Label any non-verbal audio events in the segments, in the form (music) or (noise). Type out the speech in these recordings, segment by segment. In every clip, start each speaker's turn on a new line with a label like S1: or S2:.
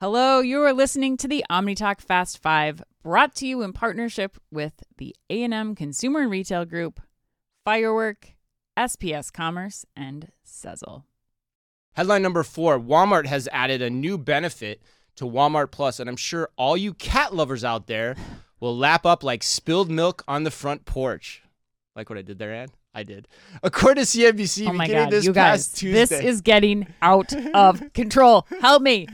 S1: Hello, you are listening to the OmniTalk Fast 5, brought to you in partnership with the A&M Consumer and Retail Group, Firework, SPS Commerce, and Sezzle.
S2: Headline number four Walmart has added a new benefit to Walmart Plus, and I'm sure all you cat lovers out there will lap up like spilled milk on the front porch. Like what I did there, Ann? I did. According to CNBC,
S1: Oh my
S2: beginning
S1: God,
S2: this
S1: you guys,
S2: past Tuesday.
S1: this is getting out
S2: (laughs)
S1: of control. Help me.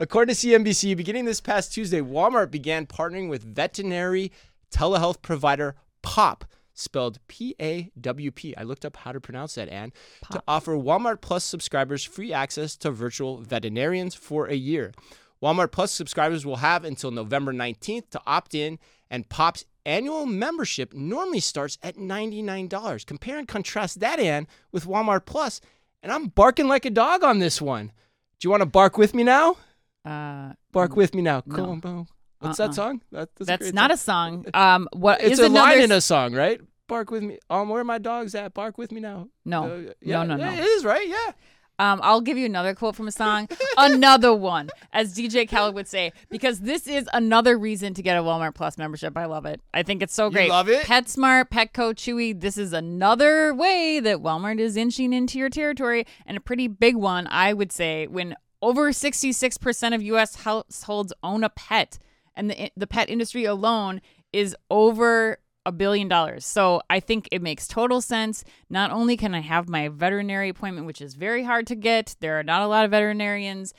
S2: According to CNBC, beginning this past Tuesday, Walmart began partnering with veterinary telehealth provider POP, spelled P A W P. I looked up how to pronounce that, Anne, to offer Walmart Plus subscribers free access to virtual veterinarians for a year. Walmart Plus subscribers will have until November 19th to opt in, and POP's annual membership normally starts at $99. Compare and contrast that, Anne, with Walmart Plus, and I'm barking like a dog on this one. Do you want to bark with me now?
S1: Uh,
S2: Bark with me now. Come
S1: No.
S2: on, Bo. What's
S1: Uh-uh.
S2: that song? That,
S1: that's
S2: great
S1: not
S2: song.
S1: a song. Um, what is
S2: It's a
S1: another?
S2: line in a song, right? Bark with me. Um, where are my dogs at? Bark with me now.
S1: no,
S2: Uh,
S1: Oh. no,
S2: yeah,
S1: no, no.
S2: yeah, It is right. Yeah.
S1: Um, I'll give you another quote from a song, another one, as DJ Khaled would say, because this is another reason to get a Walmart Plus membership. I love it. I think it's so great.
S2: love it?
S1: PetSmart, Petco, Chewy. This is another way that Walmart is inching into your territory, and a pretty big one, I would say. When over 66% of U.S. households own a pet, and the the pet industry alone is over a billion dollars. So I think it makes total sense. Not only can I have my veterinary appointment, which is very hard to get, there are not a lot of veterinarians.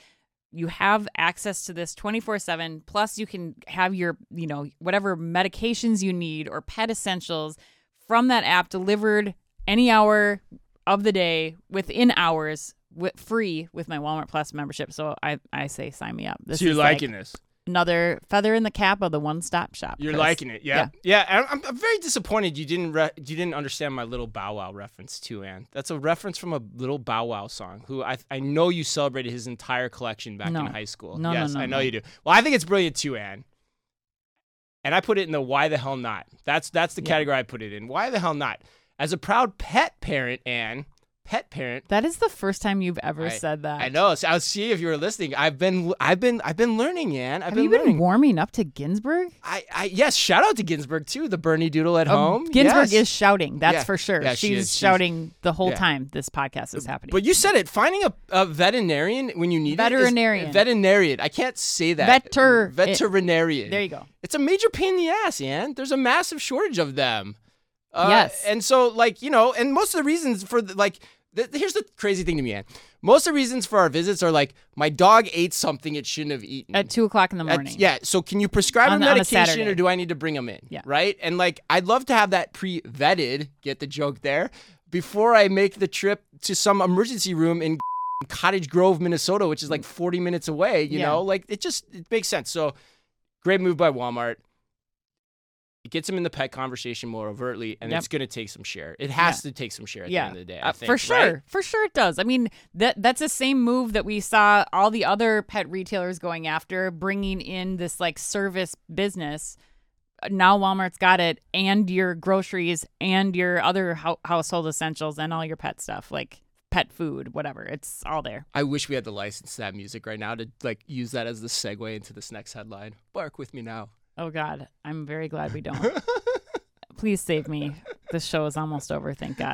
S1: You have access to this 24/7. Plus you can have your, you know, whatever medications you need or pet essentials from that app delivered any hour of the day within hours. With, free with my Walmart Plus membership, so I, I say sign me up. This
S2: so you're
S1: is like
S2: liking this.
S1: another feather in the cap of the one-stop shop.
S2: You're
S1: Chris.
S2: liking it. Yeah. Yeah. and I'm, I'm very disappointed you didn't re- you didn't understand my little Bow Wow reference too, Ann. That's a reference from a little Bow Wow song. Who I I know you celebrated his entire collection back
S1: No.
S2: in high school.
S1: No, no,
S2: yes,
S1: no,
S2: I know
S1: no.
S2: you do. Well, I think it's brilliant too, Ann. And I put it in the why the hell not. That's that's the
S1: Yeah.
S2: category I put it in. Why the hell not? As a proud pet parent, Ann, pet parent.
S1: That is the first time you've ever
S2: I-
S1: said that.
S2: I know. So I'll see if you were listening. I've been I've been I've been learning, Ann. I've
S1: Have
S2: been
S1: you been
S2: learning.
S1: warming up to Ginsburg?
S2: I, I yes, shout out to Ginsburg too, the Bernie Doodle at
S1: Um,
S2: home.
S1: Ginsburg
S2: Yes.
S1: is shouting. That's
S2: Yeah.
S1: for sure.
S2: Yeah,
S1: she's
S2: she is. She's-
S1: shouting the whole
S2: yeah.
S1: time this podcast is happening.
S2: But you said it. Finding a, a veterinarian when you need it
S1: Veterinarian.
S2: is, veterinarian. I can't say that.
S1: Veter-
S2: veterinarian.
S1: there you go.
S2: It's a major pain in the ass, Ann. There's a massive shortage of them. Uh,
S1: Yes.
S2: And so, like, you know, and most of the reasons for, the, like, th- here's the crazy thing to me, Ann. Most of the reasons for our visits are like, my dog ate something it shouldn't have eaten.
S1: At two o'clock in the
S2: Mm. At-
S1: morning.
S2: yeah. So can you prescribe
S1: On
S2: him
S1: the- on a
S2: medication
S1: Saturday.
S2: or do I need to bring him in?
S1: Yeah.
S2: Right. And like, I'd love to have that pre vetted, get the joke there, before I make the trip to some emergency room in (laughs) Cottage Grove, Minnesota, which is like 40 minutes away. You
S1: Yeah.
S2: know, like it just it makes sense. So great move by Walmart. It gets him in the pet conversation more overtly, and
S1: Yep.
S2: it's going to take some share. It has to take some share at
S1: Yeah.
S2: the end of the day.
S1: Uh,
S2: I think,
S1: for
S2: right?
S1: sure. For sure it does. I mean, that that's the same move that we saw all the other pet retailers going after, bringing in this like service business. Now Walmart's got it and your groceries and your other hou- household essentials and all your pet stuff, like pet food, whatever. It's all there.
S2: I wish we had the license to that music right now to like use that as the segue into this next headline. Bark with me now.
S1: Oh
S2: (laughs)
S1: God, I'm very glad we don't. Please save me. This show is almost over, thank God.